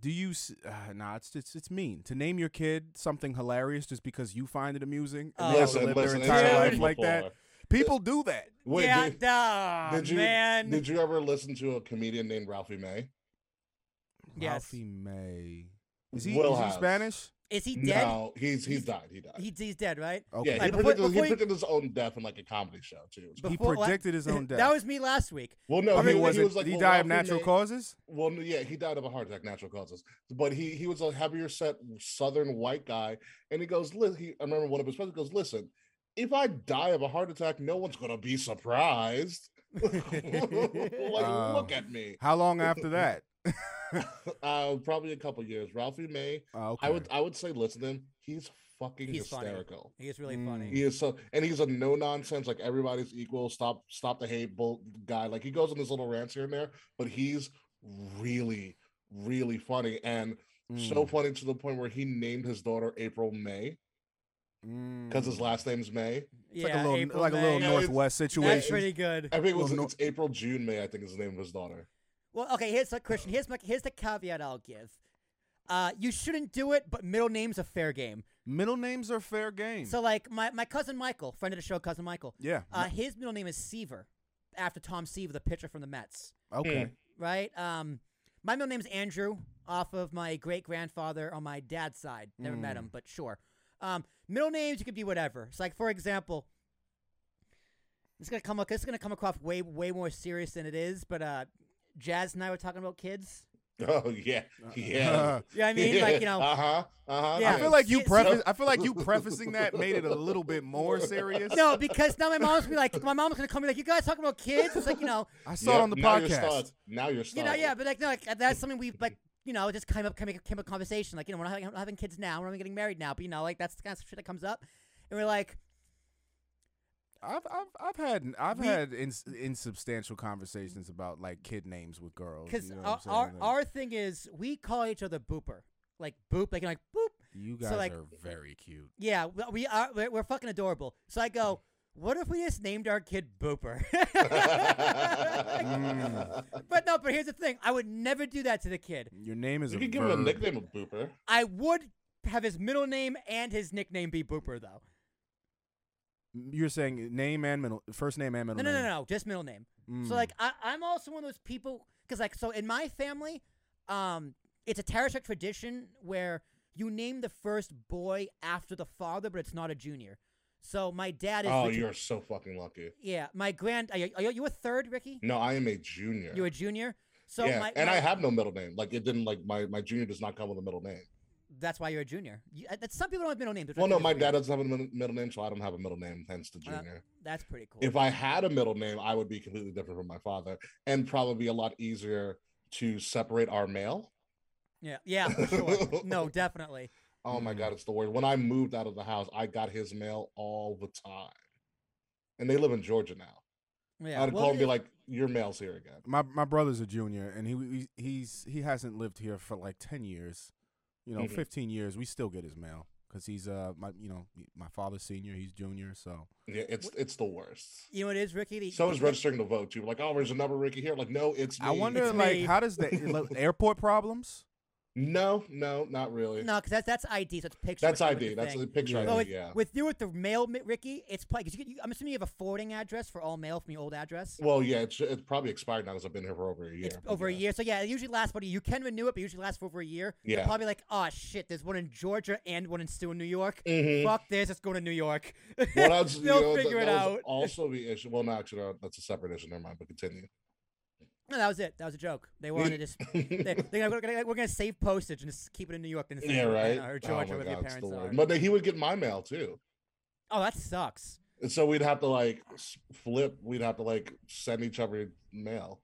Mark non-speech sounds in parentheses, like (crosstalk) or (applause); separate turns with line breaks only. do you? s- Uh, nah, it's, it's it's mean to name your kid something hilarious just because you find it amusing.
Oh,
And they have to
Listen,
live
listen,
their entire
it's
life
happened
like that.
before.
People do that.
Wait,
yeah,
did,
duh,
did you
man.
did you ever listen to a comedian named Ralphie May?
Yes.
Ralphie May. Is he,
Will
is he
has.
Spanish?
Is he dead?
No, he's he's died. He died.
He, he's dead, right?
Okay.
Yeah,
Like,
he,
before-
predicted,
before
he
you-
predicted his own death in like a comedy show too.
he
Before-
predicted his
(laughs)
own death.
that was me last week.
Well, no,
But
he,
he
he
wasn't.
was like
he
well,
died of
Ralphie
natural
May-
causes.
Well, no, yeah, he died of a heart attack, natural causes. But he he was a heavier set Southern white guy, and he goes, "Li- he, I remember one of his friends goes, "Listen, if I die of a heart attack, no one's gonna be surprised."
(laughs)
(laughs) like,
Wow.
look at me.
How long
(laughs)
after that?
Uh, probably a couple years. Ralphie May.
Oh, okay.
I would I would say listen to him. He's fucking
He's funny.
hysterical.
He is really
Mm.
funny.
He is so, and he's a no nonsense, like everybody's equal. Stop, stop the hate bull guy. Like he goes on his little rants here and there, but he's really, really funny and so
Mm,
funny to the point where he named his daughter April May (laughs) because his
mm.
last name's May.
It's
yeah,
like a little,
April,
like a little
May.
North
northwest
That's
situation.
pretty good.
I think it was
Well, no-
it's April June May. I think is the name of his daughter. (laughs)
Well, okay. Here's the Christian. Here's my here's the caveat I'll give. Uh, you shouldn't do it, but middle name's a fair game.
Middle names are fair game.
So, like my, my cousin Michael, friend of the show, cousin Michael.
yeah.
Uh, his middle name is Seaver, after Tom Seaver, the pitcher from the Mets.
okay.
Right. Um, my middle name's Andrew, off of my great grandfather on my dad's side. Never met him, but sure. Um, middle names you could be whatever. It's like, for example, it's gonna come. This is gonna come across way way more serious than it is. But uh, Jazz and I were talking about kids.
Oh yeah,
Uh, (laughs)
yeah.
Yeah, I mean, like you
(laughs)
know,
Uh huh. Uh huh.
Yeah.
I feel like you
Yeah, so-
preface. I feel like you prefacing that made it a little bit more serious.
(laughs) no, because now my mom's gonna be like, my mom's gonna call me like, you guys talking about kids? It's like you know,
I saw it on the
now You're stuck.
podcast.
Now you're stuck.
Oh,
you know, yeah, but like, no, like that's something we've like, you know, it just came up, came, came up conversation. Like, you know, we're not having, having kids now, we're not getting married now, but you know, like that's the kind of shit that comes up, and we're like,
I've I've I've had I've
We-
had ins insubstantial conversations about like kid names with girls.
because
you know
our,
what Oh, I'm
our
saying? Like,
our thing is we call each other booper, like boop, like you know, like boop.
you
so,
guys
like-
are very cute.
Yeah, we- we are we're, we're fucking adorable. So I go. What if we just named our kid
(laughs)
Booper? (laughs)
Mm.
but no, but here's the thing. I would never do that to the kid.
Your name is
You
a
can give him a
verb.
nickname of Booper.
I would have his middle name and his nickname be Booper, though.
You're saying name and middle, first name and
No,
middle
no, no,
name.
no, just middle name. So
Mm.
Hmm.
like, I, I'm also one of those people because like, so in my family, um, it's a Tarashek tradition where you name the first boy after the father, but it's not a junior. So my dad is.
Oh,
the ju-
you're so fucking lucky.
yeah, my grand. Are you, are you a third, Ricky?
No, I am a junior.
You're a junior. So
yeah,
my,
and
my-
I have no middle name. Like it didn't like my my junior does not come with a middle name.
That's why you're a junior. You, uh, that's, some people don't have middle names. which I
Well, no,
think is
my
weird.
dad doesn't have a middle- middle name, so I don't have a middle name. Hence the
Uh,
junior.
That's pretty cool.
If I had a middle name, I would be completely different from my father, and probably be a lot easier to separate our male.
yeah, yeah,
(laughs)
for sure. no, definitely.
Oh my
Mm.
god, it's the worst. When I moved out of the house, I got his mail all the time, and they live in Georgia now.
Yeah.
I'd
well,
call and be
it-
like, "Your mail's here again."
my my brother's a junior and he he- he's he hasn't lived here for like 10 years you know
Mm-hmm.
Mhm.
15 years we still get his mail because he's uh my you know my father's senior he's junior so
Yeah, it's it's the worst.
you know what it is, Ricky? The-
So is
the-
registering to vote too. Like, oh, there's another Ricky here. Like, no, it's
i
me.
wonder
It's
like
me.
how does the like, airport problems
No, no, not really.
No, because that's that's ID. So it's picture.
that's
with the- with
ID.
the
That's
thing.
the picture
Yeah.
But
ID.
with,
yeah.
with you with the mail, Mi- Ricky, it's probably because you, could- you, I'm assuming you have a forwarding address for all mail from your old address.
Well, yeah, it's, it's probably expired now because I've been here for over a year.
It's
but
over
yeah.
a year, so yeah, it usually lasts. But you can renew it, but it usually lasts for over a year. You're
Yeah.
probably like, oh shit, there's one in Georgia and one in still in New York.
Mhm.
Fuck this, it's going to New York.
Well, that's, you
They'll
know, that-
figure it
that was
out.
Also, the issue. Well, no, actually, no, that's a separate issue. Never mind. But continue.
no, (laughs) that was it. That was a joke. They wanted to just they, they're gonna, we're gonna save postage and just keep it in New York and
(laughs) yeah, right.
or
oh my
Georgia, where your
God, it's the
parents are.
worst. But then he would get my mail too,
Oh, that sucks.
and so we'd have to like s- flip. We'd have to like send each other mail.